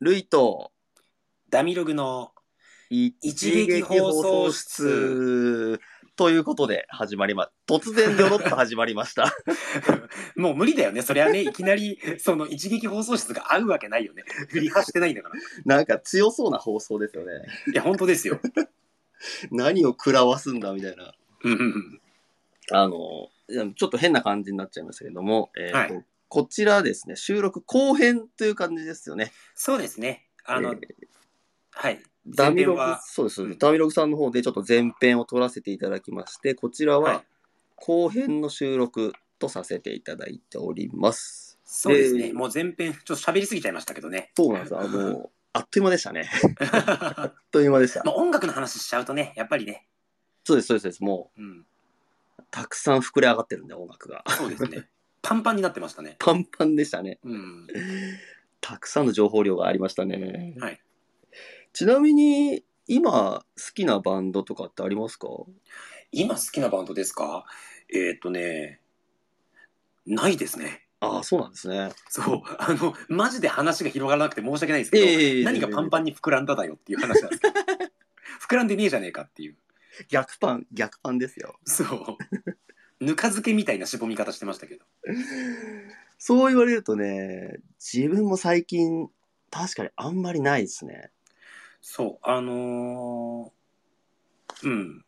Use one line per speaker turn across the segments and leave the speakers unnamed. ルイと
ダミログの
一
撃放送室
ということで始まりま、突然よろっと始まりました。
もう無理だよねそりゃねいきなりその一撃放送室が合うわけないよね振り走ってないんだから
なんか強そうな放送ですよね。
いや本当ですよ
何を食らわすんだみたいな。
うんうん
あの、ちょっと変な感じになっちゃいましたけども、えーと
は
こちらですね、収録後編という感じですよね。
そうですねあの、
えー
はい
ダミロ
前編
グ
は、
そうです、
うん
ダミログさんの方でちょっと前編を撮らせていただきまして、こちら
は
はい後編の収録とさせていただいております。
そうですね、
えー
もう前編ちょっと喋りすぎちゃいましたけ どね
そうなんです。あの、あっという間でしたね。あっという間でした。
まあ音楽の話しちゃうとねやっぱりね
そうです、そうですそうです。も
うん
う、たくさん膨れ上がってるんで、音楽が。
そうです ねパンパンになってましたね
パンパンでしたね。
うん
たくさんの情報量がありましたね。
はい
ちなみに、今、好きなバンドとかってありますか
今好きなバンドですかえーっとねないですね
ああ、そうなんですね。
そう、あの、マジで話が広がらなくて申し訳ないんですけど、
いえいえいえ
何がパンパンに膨らんだだよっていう話なんですけど、膨らんでねえじゃねえかっていう。
逆パン、逆パンですよ。
そう。ぬか漬けみたいなしぼみ方してましたけど。
そう言われるとね、自分も最近、確かにあんまりないですね。
そう、あのーうん。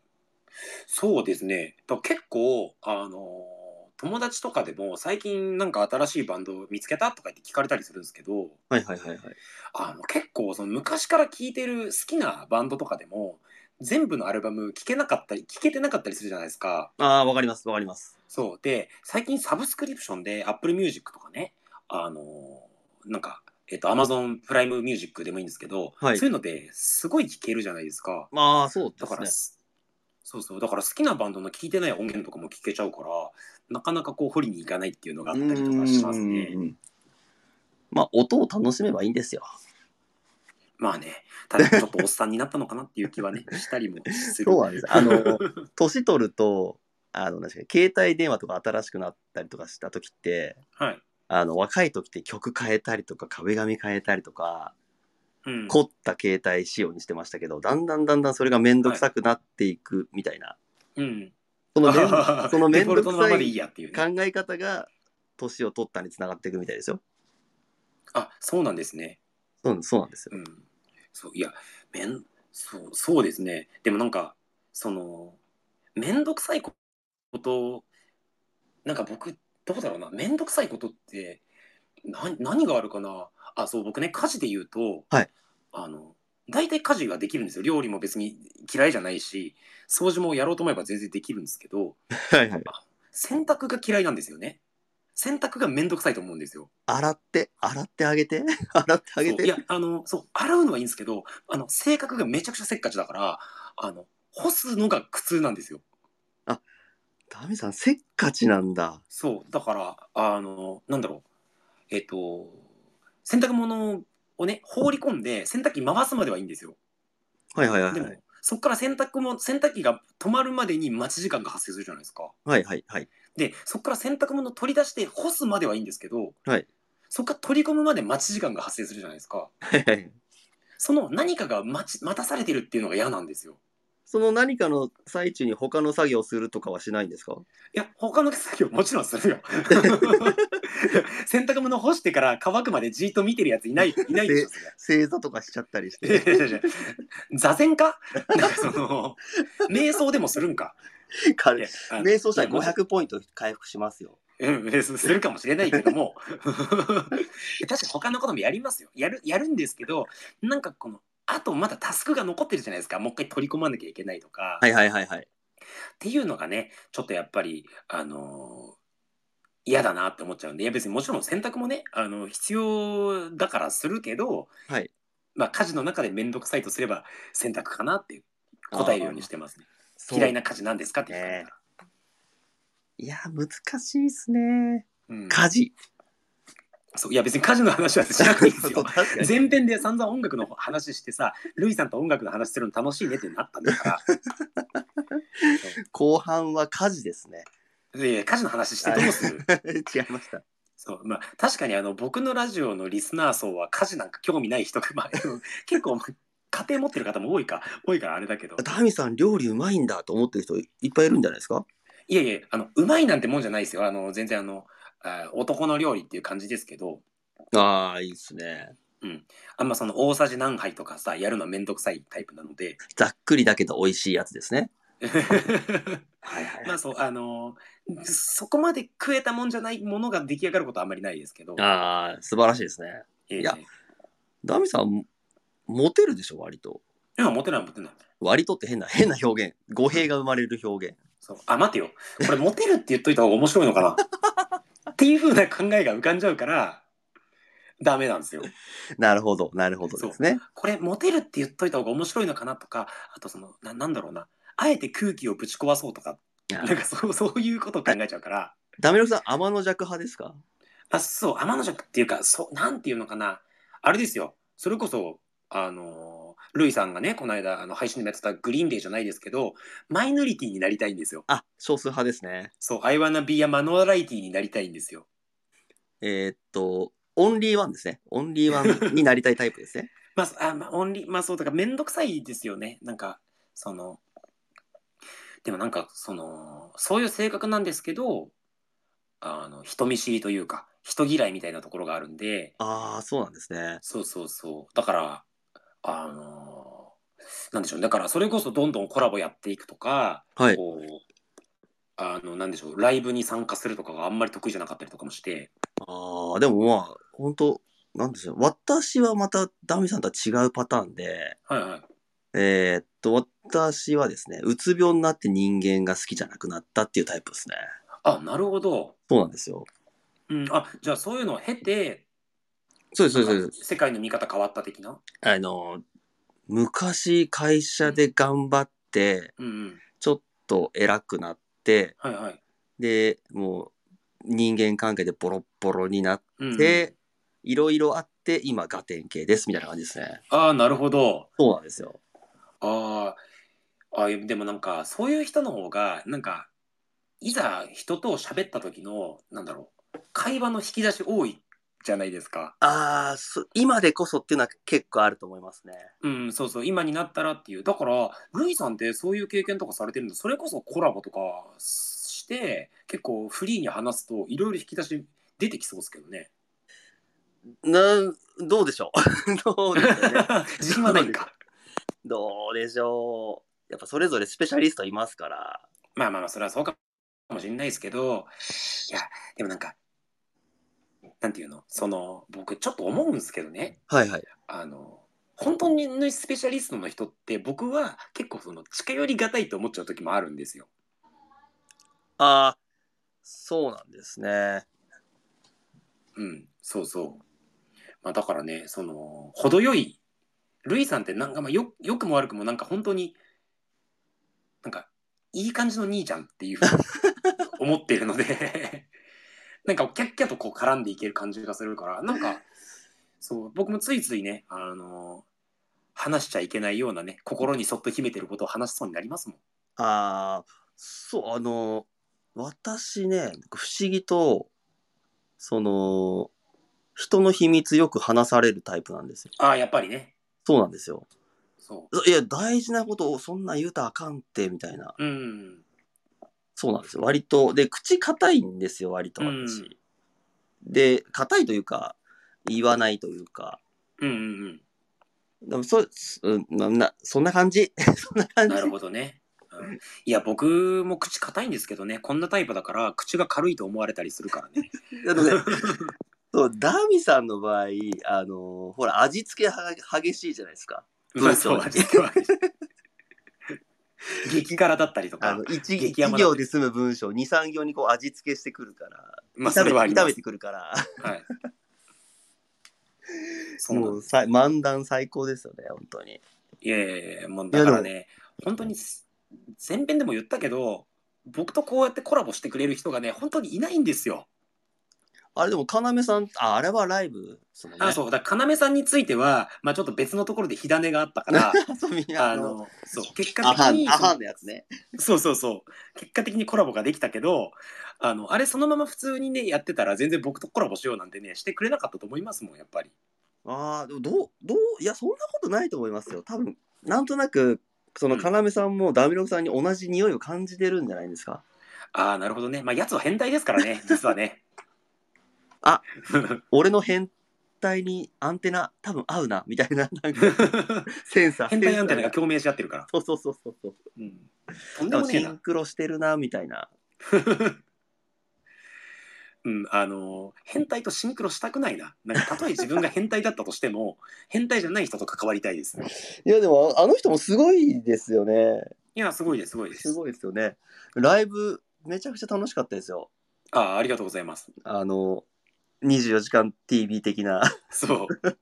そうですね。と結構、あのー友達とかでも最近なんか新しいバンド見つけたとか言って聞かれたりするんですけど、
はいはいはいはい。
あの結構その昔から聴いてる好きなバンドとかでも全部のアルバム聴けなかったり聴けてなかったりするじゃないですか。
ああ、わかりますわかります。
そうで最近サブスクリプションで Apple Music とかねあのなんか、えっと Amazon プライムミュージックでもいいんですけど、
はい
そういうのですごい聴けるじゃないですか。
まあ、そうで
だから
す
すそうそうだから好きなバンドの聴いてない音源とかも聴けちゃうからなかなかこう掘りに行かないっていうのがあっ
ね。
たりとかしま
うん
すね。
うんうんまあ、音を楽しめばいいんですよ。
まあね、ただちょっとおっさんになったのかなっていう気はね、したりもする。
そうなんです。あ の、年取ると、あの、確かに携帯電話とか新しくなったりとかした時って、
はい。
あの、若い時って曲変えたりとか、壁紙変えたりとか、
うん。
凝った携帯仕様にしてましたけど、だんだんだんだんそれが面倒くさくなっていくみたいな。
うん。
そのめん その面
デフォ
倒
ルト
く
のま
さ
までい
い
いやっていうね。
考え方が、年を取ったにつながっていくみたいですよ。
あ、そうなんですね。
そうなんそうなんですよ。
うん。そう、いや、めん、そう、そうですね。でもなんか、その、めんどくさいこと、なんか僕、どうだろうな、めんどくさいことって、な、何があるかな。あ、そう、僕ね、家事で言うと、
はい
あの、大体家事ができるんですよ。料理も別に嫌いじゃないし、掃除もやろうと思えば全然できるんですけど、
はいはい。
洗濯が嫌いなんですよね。洗濯がめんどくさいと思うんですよ。
洗って、洗ってあげて、 洗ってあげ
そう
て。
いや、あの、そう、洗うのはいいんですけど、あの、性格がめちゃくちゃせっかちだから、あの、干すのが苦痛なんですよ。
ダミさん、せっかちなんだ。
そう、だから、あの、なんだろう。えっ、と、洗濯物をね、放り込んで、洗濯機回すまではいいんですよ。
はいはいはい
で
は
も
い。、
そこから洗濯も、洗濯機が止まるまでに待ち時間が発生するじゃないですか。
はいはいはい。
で、そこから洗濯物を取り出して干すまではいいんですけど、
はい
そこから取り込むまで待ち時間が発生するじゃないですか。
はいはい
その何かが待ち待たされてるっていうのが嫌なんですよ。
その何かの最中に他の作業するとかはしないんですか
いや、他の作業もちろん するよ。洗濯物干してから乾くまでじーっと見てるやついない、いないでしょ、それ。
正座とかしちゃったりし
いや
て。
いやいや 座禅かなんかその、瞑想でもするんか。い
彼
やあの
瞑想した
い
ら
やもし
500ポイント回復しますよ。
うん、えすするかもしれないけども 確かに他のこともやりますよやるやるんですけどなんかこのあとまだタスクが残ってるじゃないですかもう一回取り込まなきゃいけないとか、
はいはいはいはい。
っていうのがねちょっとやっぱりあのー嫌だなって思っちゃうんでいや別にもちろん洗濯もねあの必要だからするけど、
はい
まあ、家事の中で面倒くさいとすれば洗濯かなって答えるようにしてますね
そう
嫌いな家事なんですかって聞かれたら、
ねいや、難しいですね。
うん、
家事。
そういや別に家事の話はしなくていいですよ
確 かに
前編で散々音楽の話してさ、ルイさんと音楽の話するの楽しいねってなったんだか
後半は家事ですね。
ら、いやいや家事の話してどうする
違いました。
そうまあ、確かにあの僕のラジオのリスナー層は家事なんか興味ない人が、まあ、 結構まあ家庭持ってる方も多いか多いからあれだけど
ダミさん料理うまいんだと思ってる人いっぱいいるんじゃないですか
いやいやあのうまいなんてもんじゃないですよあの全然あのあ男の料理っていう感じですけど
ああ、いいですね。
あんまその大さじ何杯とかさやるのはめんどくさいタイプなので
ざっくりだけど美味しいやつですね。はい
まあそうあのそこまで食えたもんじゃないものが出来上がることはあんまりないですけど
ああ、素晴らしいですね。
い
いやダミさん、モテるでしょ、割と。
いやモテないモテない
割とって変な、 変な表現。語弊が生まれる表現。
そうあ待てよこれモテるって言っといた方が面白いのかなっていうふうな考えが浮かんじゃうからダメなんですよ
なるほど、なるほどですね。
これモテるって言っといた方が面白いのかなとかあとそのななんだろうなあえて空気をぶち壊そうとか
あ
なんかそうそういうことを考えちゃうから
ダメロクさん、天の弱派ですか
あそう天の尺っていうかそうなんていうのかなあれですよそれこそあのルイさんがねこの間あの配信でもやってたグリーンデーじゃないですけどマイノリティになりたいんですよ
あ、少数派ですね。
そうアイワナビーやマノライティになりたいんですよ
えーっと、オンリーワンですね。オンリーワンになりたいタイプです ね。
まあそ、あまあ、オンリー、まあそう、だからめんどくさいですよね。なんか、その、でもなんか、その、そういう性格なんですけど、あの、人見知りというか、人嫌いみたいなところがあるんで、
ああ、そうなんですね。
そうそうそう。だから、あの、なんでしょう、だからそれこそどんどんコラボやっていくとか、
はい。
こう、あの、なんでしょう、ライブに参加するとかがあんまり得意じゃなかったりとかもして、
ああ、でもまあ、本当なんでしょう。私はまたダミさんとは違うパターンで、
はいはい。
えーっと、私はですね、うつ病になって人間が好きじゃなくなったっていうタイプですね。
あ、なるほど。
そうなんですよ。
うん、あ、じゃあそういうのを経て、
そうです、そうです、そう
なん
で
か世界の見方変わった的な。
す。あの、昔会社で頑張って、
うんうん。
ちょっと偉くなって、
はいはい。
で、もう人間関係でボロッボロになっ
うんうん、
て、いろいろあって、今、ガテン系です、みたいな感じですね。
ああ、なるほど。
そうなんですよ。
あーあー、でもなんか、そういう人の方が、なんか、いざ人と喋った時の、なんだろう、会話の引き出し多いじゃないですか。
ああ、そ今でこそっていうのは結構あると思いますね。
うん、そうそう、今になったらっていう。だから、ルイさんってそういう経験とかされてるの、それこそコラボとかして、結構フリーに話すと、いろいろ引き出し出てきそうですけどね。
なん、どうでしょう どうでしょう ね。
自信はないんか。
どうでしょう。やっぱそれぞれスペシャリストいますから。
まあまあまあ、それはそうかもしれないですけど、いや、でもなんか、なんていうの、その、僕ちょっと思うんですけどね、
はいはい。
あの、本当にスペシャリストの人って僕は結構その近寄りがたいと思っちゃう時もあるんですよ。
ああ、そうなんですね。
うん、そうそう。まあだからね、その、程よい、ルイさんってなんかまあよ、よくも悪くもなんか本当に、なんか、いい感じの兄ちゃんっていうふう に思ってるので、 なんかキャッキャとこう絡んでいける感じがするから、なんか、そう、僕もついついね、あの、話しちゃいけないようなね、心にそっと秘めてることを話しそうになりますもん。
ああ、そう、あの、私ね、不思議と、その、人の秘密よく話されるタイプなんですよ。
ああ、やっぱりね。
そうなんですよ。
そ
いや、大事なことをそんな言うたらあかんって、みたいな。
う。うん。
そうなんですよ。割と。で、口硬いんですよ、割と
うん
私。で、硬いというか、言わないというか。
うんうんうん。
でもそ、うん、ななそんな感じ。 そんな感じ
な。るほどね。うんいや僕も口硬いんですけどねこんなタイプだから口が軽いと思われたりするから ね
あのね、そう、ダーミさんの場合、あのほら、味付けは激しいじゃないですか。
まあそうは実は 激辛だったりと
あ
か
の、一一
激甘だ
行で済む文章、二、三行にこう味付けしてくるから、
まあ
炒
それはあ
め
り
て、炒
ます
めてくるから、
はいそうなん
も
で
う
す
さ、漫談最高ですよね、本当に。
いやいやいやもうだからね本当にす前編でも言ったけど僕とこうやってコラボしてくれる人がね本当にいないんですよ
あれでも、要さん、あ、あれはライブですもんね。
あ、そう、だから、要さんについては、まあ、ちょっと別のところで火種があっ たから、
そう、みんな、
あ
あの、
の、そう、結
ア
果的
ハン、
に、
アハンのやつね。
そうそうそう、結果的にコラボができたけど、あの、あれそのまま普通にね、やってたら、全然僕とコラボしようなんてね、してくれなかったと思いますもん、やっぱり。
ああ、でもどう、どう、いや、そんなことないと思いますよ。多分、なんとなく、その
うん
要さんもダミロクさんに同じ匂いを感じてるんじゃないですか。
ああ、なるほどね。まあ、やつは変態ですから ね、実はね。
あ俺の変態にアンテナ、多分合うな、みたいな、なんか、センサー。
変態アンテナが
セサー
共鳴し合ってるから。
そうそうそうそうそう。
うん。とんで
多
も
分
ねえ
シ
な
ン。クロしてるな、みたいな。
うん、あの変態とシンクロしたくないな。なんかたとえ自分が変態だったとしても変態じゃない人と関わりたいです。
いや、でも、あの人もすごいですよね。
いやすごいですすごいですす。
ごいですよね。ライブ、めちゃくちゃ楽しかったですよ。
ああありがとうございます。
あの、24時間 TV 的な。
そう。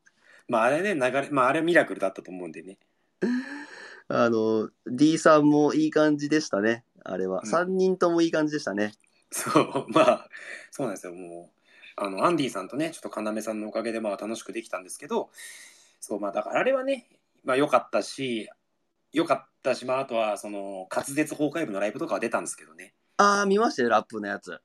まああれね流れまああれはミラクルだったと思うんでね。
あの、D さんもいい感じでしたね。あれは。
うん
3人ともいい感じでしたね。
そうまあそうなんですよもうあのアンディさんとねちょっと要さんのおかげでまあ楽しくできたんですけどそうまあだからあれはねまあ良かったし良かったしまああとはその滑舌崩壊部のライブとかは出たんですけどね。
ああ、見ましたよ、ラップのやつ。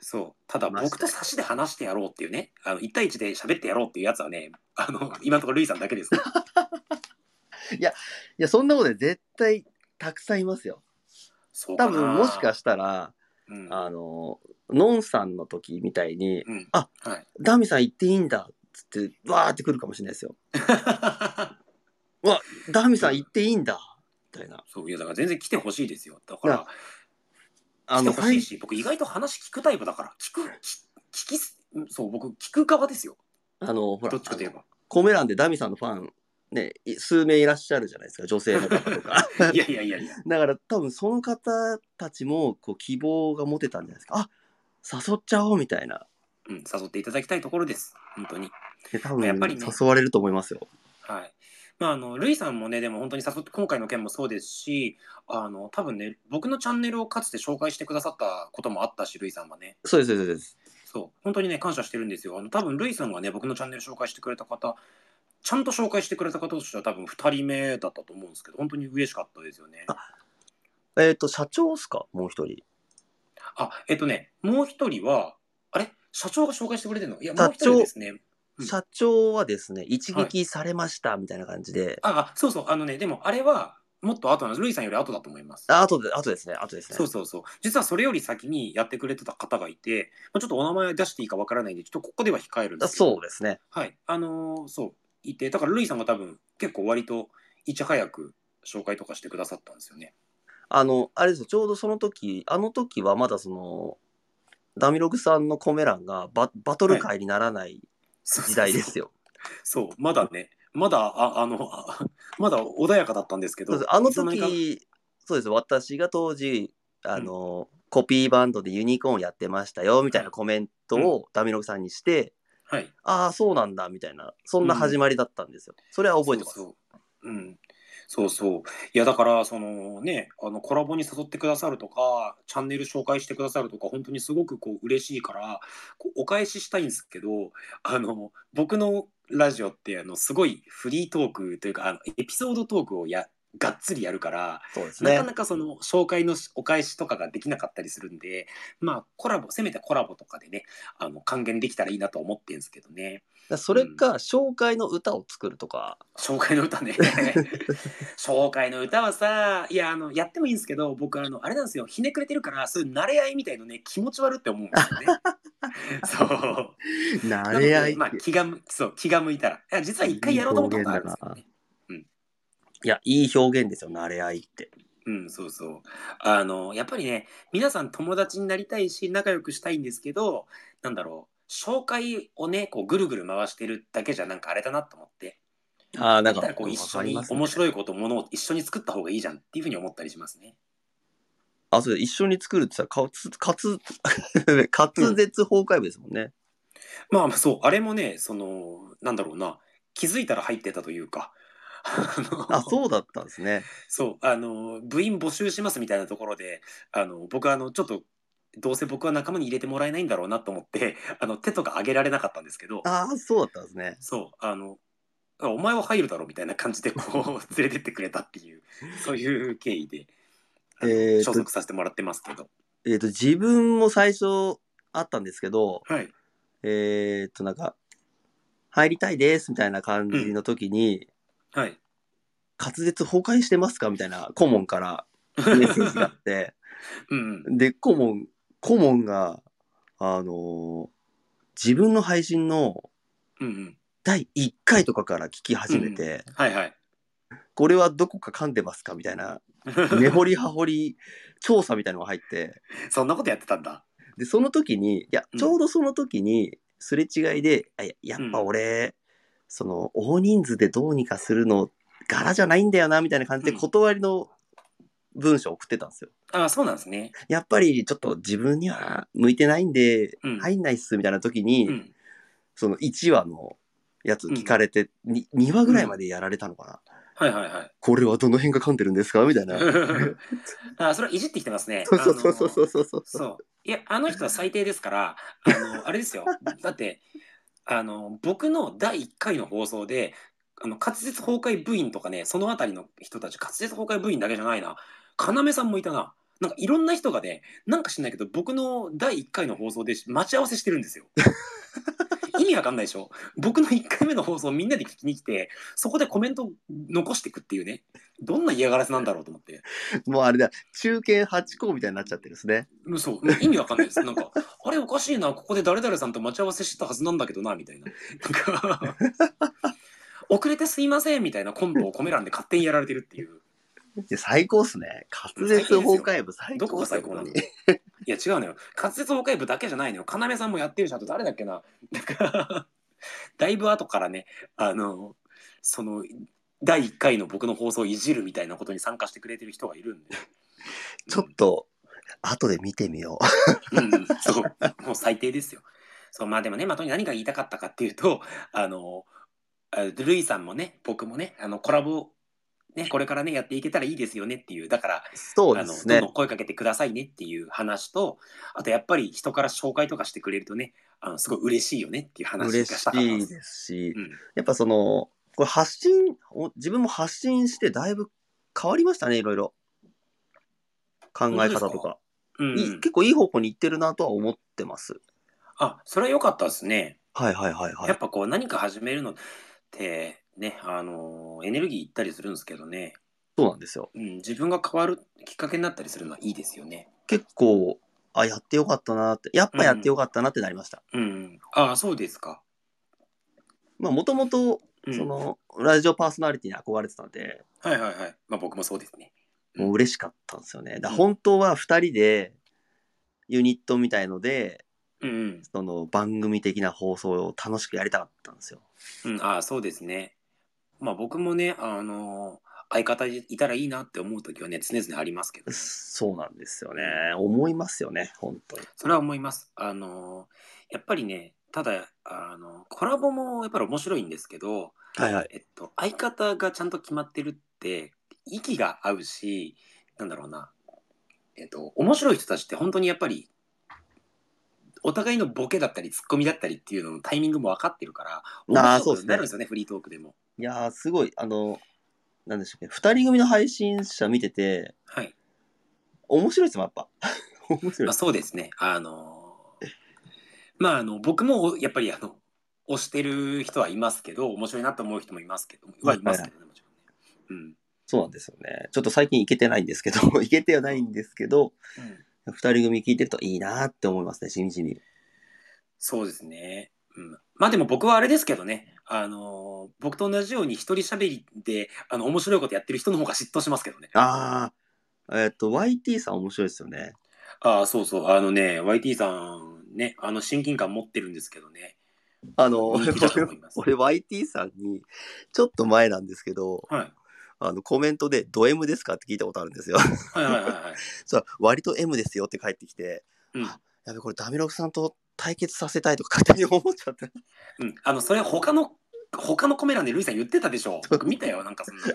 そう。ただ
マジで
僕と差しで話してやろうっていうね、あの、1対1で喋ってやろうっていうやつはね、あの、今のところルイさんだけです。
いや、そんなことで絶対たくさんいますよ。
そう
多
かな
分、もしかしたら、
うん。
あの、ノンさんの時みたいに、
うん。
あ
はい。
ダミさん行っていいんだっつって、わーって来るかもしれないですよ。ダミさん行っていいんだみたいな。
そう、いや、だから全然来てほしいですよ。だから、
あ
来て
の、
ほしいし、僕意外と話聞くタイプだから、聞く、聞聞きす、そう、僕聞く側ですよ。
あの、ほら
どっちかといえ、ば。
コメ欄でダミさんのファン、ね、い数名いらっしゃるじゃない ですか、女性の方とか。
いやいやいやいや。
だから多分その方たちもこう希望が持てたんじゃないですか。あ誘っちゃおうみたいな。
うん、誘っていただきたいところです。本当に。
で多分
やっぱりね
誘われると思いますよ。
はい。まあ、あの、ルイさんもね、でも本当に誘って、今回の件もそうですし、あの、多分ね、僕のチャンネルをかつて紹介してくださったこともあったし、ルイさんはね。
そうです、そうですそうです。
そう。本当にね、感謝してるんですよ。あの、多分ルイさんがね、僕のチャンネル紹介してくれた方、ちゃんと紹介してくれた方としては多分2人目だったと思うんですけど、本当に嬉しかったですよね。
あえっ、と、社長っすかもう一人。
あ、えっとね、もう一人は、あれ社長が紹介してくれてるのいや、も
社長
う一人ですね。うん
社長はですね、一撃されましたみたいな感じで。
あ、あそうそう、あのね、でもあれは、もっと後なんです。ルイさんより後だと思います。
ああとで、あとですね、あとですね。
そうそうそう。実はそれより先にやってくれてた方がいて、まあ、ちょっとお名前出していいかわからないんで、ちょっとここでは控えるんで
あ
すけど。
そうですね。
はい。あのーそう、いて、だからルイさんが多分結構割といち早く紹介とかしてくださったんですよね。
あの、あれですよ、ちょうどその時、あの時はまだその、ダミログさんのコメ欄がババトル界にならない時代です
よ。
よ。
そう、まだね、まだ、ああのあまだ穏やかだったんですけ
そうで
ど
す、あの
いつ間にか
時そうです私が当時あの、コピーバンドでユニコーンやってましたよみたいなコメントをダミログさんにして、
はい。
ああそうなんだみたいなそんな始まりだったんですよ、それは覚えてます
そうそううん。そうそう。いや、だから、そのね、あの、コラボに誘ってくださるとか、チャンネル紹介してくださるとか、本当にすごくこう、嬉しいから、こうお返ししたいんですけど、あの、僕のラジオって、あの、すごいフリートークというか、あの、エピソードトークをや、がっつりやるから、
そうです
な
ね
かなかその紹介のしお返しとかができなかったりするんで、まあコラボ、せめてコラボとかでね、あの還元できたらいいなと思ってるんですけどね。
だそれか紹介の歌を作るとか、
紹介の歌 ね紹介の歌はさいやあのやってもいいんですけど僕あのあれなんですよひねくれてるからそういう慣れ合いみたいのね気持ち悪いって思うんです よねそう
慣れ合いって、
なのでまあ、気が向そう気が向いたらいや実は一回やろうと思ったことあるんですけどね
いやいい表現ですよ慣れ合いって
うん、そうそう。あの、やっぱりね、皆さん友達になりたいし、仲良くしたいんですけど、なんだろう、紹介をね、こう、ぐるぐる回してるだけじゃなんかあれだなと思って、
ああなん
だっ
か
たらこう、一緒に
わかり
面
ますね
白いこと、ものを一緒に作った方がいいじゃんっていうふうに思ったりしますね。
あそうです一緒に作るってさかつかつ 滑舌崩壊部ですもんね、
まあまあそう、あれもね、その、なんだろうな、気づいたら入ってたというか、あの
あそうだったんですね
そう、あの、部員募集しますみたいなところで、あの、僕あの、ちょっと、どうせ僕は仲間に入れてもらえないんだろうなと思ってあの手とか挙げられなかったんですけど
ああ、そうだったんですね。
そうあのあお前は入るだろうみたいな感じでこ う連れてってくれたっていうそういう経緯で、あの
えーと
所属させてもらってますけど
えっ、と、自分も最初あったんですけど、
はい
えっ、と、なんか、入りたいですみたいな感じの時に、
はい
滑舌崩壊してますかみたいな顧問からメッセージがあって、
うんうん
で、顧問、顧問が、あのー自分の配信の
うんうん
第1回とかから聞き始めて、
はいはい
これはどこか噛んでますかみたいな、根掘り葉掘り調査みたいのが入って、
そんなことやってたんだ
で、その時に、いや
う、ん
ちょうどその時に、すれ違いで、あややっぱ俺、その、大人数でどうにかするの、柄じゃないんだよな、みたいな感じで
うん
断りの文章を送ってたんですよ。
あそうなんですね
やっぱりちょっと自分には向いてないんで、
うん
入んないっすみたいな時に、
うん
その1話のやつ聞かれて、に 2, 話ぐらいまでやられたのかな、
はいはいはい
これはどの辺が噛んでるんですかみたいな。
あそれはいじってきてますね
そうそうそうそうそうそう。
あのそういやあの人は最低ですからあ のあれですよだってあの僕の第1回の放送であの滑舌崩壊部員とかねその辺りの人たち滑舌崩壊部員だけじゃないな要さんもいたななんかいろんな人がねなんか知んないけど僕の第1回の放送で待ち合わせしてる んですよ意味わかんないでしょ僕の1回目の放送みんなで聞きに来てそこでコメント残していくっていうねどんな嫌がらせなんだろうと思って
もうあれだ、中堅8校みたいになっちゃってるんですね。
そう、意味わかんないです。なんか、あれおかしいな、ここで誰々さんと待ち合わせしてたはずなんだけどな、みたいな。なんか、遅れてすいません、みたいなコンボをコメ欄で勝手にやられてるっていう。
いや最高っすね。滑舌崩壊部最
どこ
高
が
っすね
最高なの
本
いや、違うのよ。滑舌崩壊部だけじゃないのよ。要さんもやってるし、あと誰だっけな。なんか、だいぶ後からね、あの、その、第1回の僕の放送をいじるみたいなことに参加してくれてる人がいるんで。
当にちょっと、後で見てみよう。
うん、そう、もう最低ですよ。そう、まあでもね、まあ、とに何が言いたかったかっていうと、あの、あルイさんもね、僕もね、あの、コラボ、ね、これからね、やっていけたらいいですよねっていう、だから、
そう
あ
で
の、
す
どん
ね
ど。ん声かけてくださいねっていう話と、あとやっぱり人から紹介とかしてくれるとね、あの、すごい嬉しいよねっていう話が
嬉
し
した
かった
い
す。
ですし
う、ん、
やっぱその、これ発信、お自分も発信してだいぶ変わりましたね、いろいろ。考え方
本当で
と
すか
か。
うん
いい結構いい方向に行ってるなとは思ってます。
あそれは良かったですね。
はいはいはいは
やっ
い。
ぱこう何か始めるのってねあのエネルギーいったりするんですけどね、
そうなんですよ。
うん、自分が変わるきっかけになったりするのはいいですよね。
結構、あ、やってよかったなって、やっぱやってよかったなってなりました。
うん、ああそうですか。
まあ、もともと、
うん、
その、ラジオパーソナリティに憧れてたんで、
はいはいはい。まあ僕もそうですね。
もう嬉しかったんですよね。だ
うん
本当は二人で、ユニットみたいので、
うん、
その番組的な放送を楽しくやりたかったんですよ。
うん、ああそうですね。まあ僕もねあの相方いたらいいなって思う時はね常々ありますけど、ね、
そうなんですよね。思いますよね、本当に。
それは思います。あのやっぱりねただあのコラボもやっぱり面白いんですけど、
はいはい。
えっと、相方がちゃんと決まってるって息が合うしなんだろうな、えっと、面白い人たちって本当にやっぱりお互いのボケだったりツッコミだったりっていうののタイミングも分かってるか
あ
ら
ー
面白く
そうですね
なるんですよねフリートークでも。
いやー、すごい、あの、なんでしょうね、二人組の配信者見てて、
はい
面白いですもん、やっぱ。 面白い
ま
で
あ、
す。
そうですねあのーまああの僕もやっぱりあの推してる人はいますけど面白いなと思う人もいますけどはいますけどねもちろんね。
そうなんですよね。ちょっと最近行けてないんですけど、 行けてはないんですけど、
うんうん
二人組聞いてるといいなーって思いますね、しみじみ。
そうですね。うん、まあでも僕はあれですけどね、あのー僕と同じように一人喋りであの面白いことやってる人の方が嫉妬しますけどね。
あー、えっ、と、YT さん面白いですよね。
ああ、そうそう、あのね、YT さんね、あの親近感持ってるんですけどね。
あの、俺、
人気だと思います
俺 YT さんに、ちょっと前なんですけど、
はい。
あの、コメントで、ド M ですかって聞いたことあるんですよ。
はいはいはいはい。
そう割と M ですよって返ってきて、
うん。
やべ、これダメロクさんと対決させたいとか勝手に思っちゃって。
うん。あの、それ他の、他のコメ欄でルイさん言ってたでしょ。僕見たよ、なんかそんなの。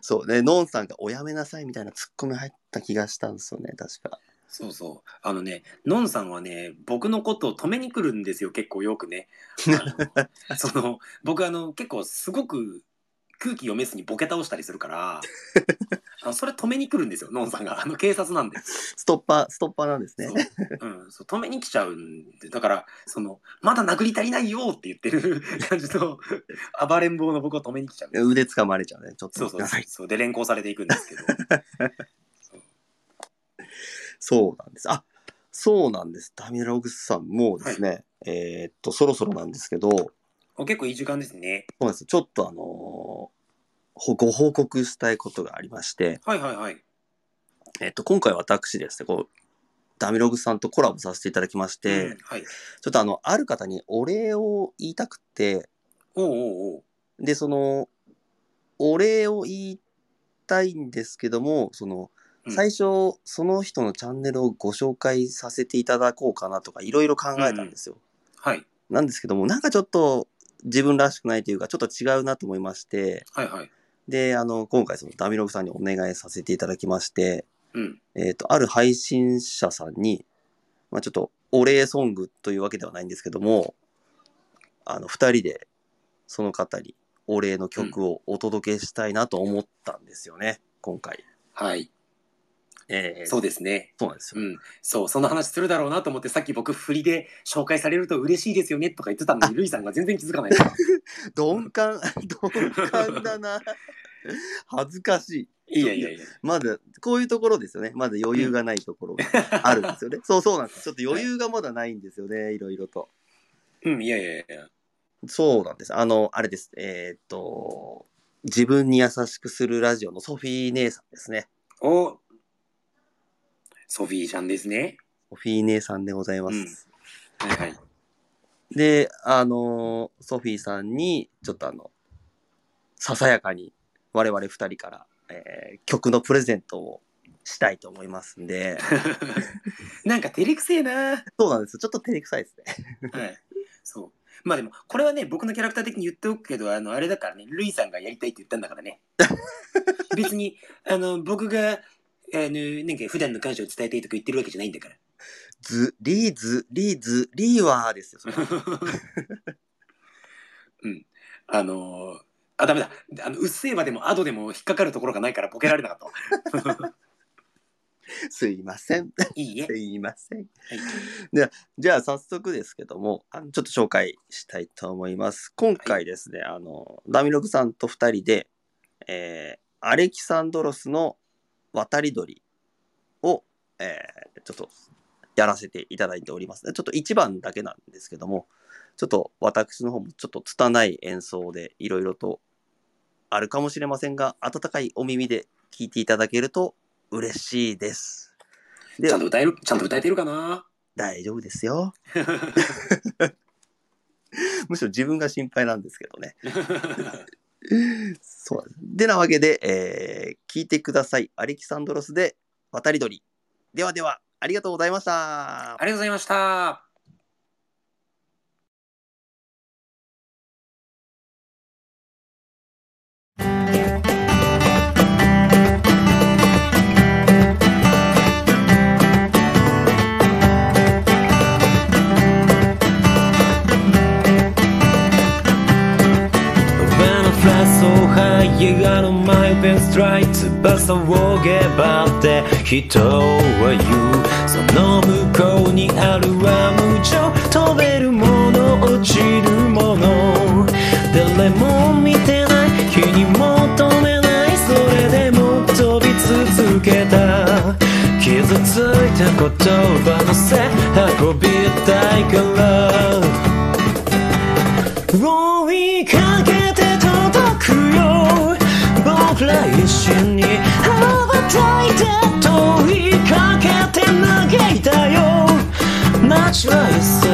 そうね、ノンさんがおやめなさいみたいなツッコミ入った気がしたんですよね、確か。
そうそう。あのね、のんさんはね、僕のことを止めに来るんですよ、結構よくね。あ のその、僕あの、結構すごく空気読めずにボケ倒したりす るから、あのそれ止めに来るんですよ、のんさんが。あの、警察なんで。
ストッパー、ストッパーなんですね。
そううん、そう止めに来ちゃうんで、だから、その、まだ殴り足りないよって言っ てる感じと、暴れん坊の僕を止めに来ちゃうんです
腕掴まれちゃうね、ちょっと
そ
待ってく
うそ
だ
う
さ
そう
い。
そう。で、連行されていくんですけど。
そうなんです。あ、そうなんです。ダミラオグスさんもうですね、えーっと、そろそろなんですけど、そう
お結構いい時間ですね。
なんです。ちょっとあのーほご報告したいことがありまして、
はいはいはい。
えっと、今回私ですね、こう、ダミログスさんとコラボさせていただきまして、
うんはい。
ちょっとあの、ある方にお礼を言いたくて、
おうおうおう。
で、その、お礼を言いたいんですけども、その、
うん
最初、その人のチャンネルをご紹介させていただこうかなとか、いろいろ考えたんですよ。
はい。
なんですけども、なんかちょっと自分らしくないというか、ちょっと違うなと思いまして、
はいはい。
で、あの、今回そのダミログさんにお願いさせていただきまして、
うん。
えっ、と、ある配信者さんに、まあちょっとお礼ソングというわけではないんですけども、あの、二人でその方にお礼の曲をお届けしたいなと思ったんですよね、今回。
はい。
えー
そうですね。
そうなんですよ。
うん。そう、その話するだろうなと思って、さっき僕、振りで紹介されると嬉しいですよねとか言ってたのに、ルイさんが全然気づ かないから。
鈍感、 鈍感だな。恥ずかしい。
いやいやいや。
まだ、こういうところですよね。まだ余裕がないところがあるんですよ ね。そうそうなんです。ちょっと余裕がまだないんですよね。いろいろと。
うん、いやいやいや。
そうなんです。あの、あれです。えーっと、自分に優しくするラジオのソフィー姉さんですね。
おソフィーちゃんですね。
ソフィー姉さんでございます。
はいはい。
で、あの、ソフィーさんに、ちょっとあの、ささやかに我々二人から、えー曲のプレゼントをしたいと思いますん で、
なんか照れくせえな。
そうなんです。ちょっと照れくさいですね。
はい。そう。まあでも、これはね、僕のキャラクター的に言っておくけど、あの、あれだからね、ルイさんがやりたいって言ったんだか らね。別に、あの、僕が、あの、なんか普段の感謝を伝えたいとか言ってるわけじゃないんだから。
ズ、リーズ、リーズ、リーワーですよ。それ
うん。あのーあ、ダメだ。あの、うっせぇわでもアドでも引っかかるところがないからボケられなかったわ。
すいません。
いいえ。は
すいません。
い。
じゃあ早速ですけども、あのちょっと紹介したいと思います。今回ですね、あの、ダミログさんと2人で、えーアレキサンドロスの渡り鳥を、えーちょっとやらせていただいております。ちょっと1番だけなんですけども、ちょっと私の方もちょっと拙い演奏でいろいろとあるかもしれませんが、温かいお耳で聞いていただけると嬉しいです。で
ちゃんと歌える、ちゃんと歌えてるかな
大丈夫ですよ。むしろ自分が心配なんですけどね。そうなんですでなわけで、えー聞いてください。アレキサンドロスで渡り鳥。ではでは、ありがとうございました
あ。りがとうございました。
When I fly so high, you got on my best try to bust a walk about the hit over you. その向こうにあるは無情飛べるもの落ちるもの誰も見てない日に求めないそれでも飛び続けた傷ついた言葉のせ運びたいから追いかけて届くよ僕ら一緒に羽ばたいて問いかけて嘆いたよ街は一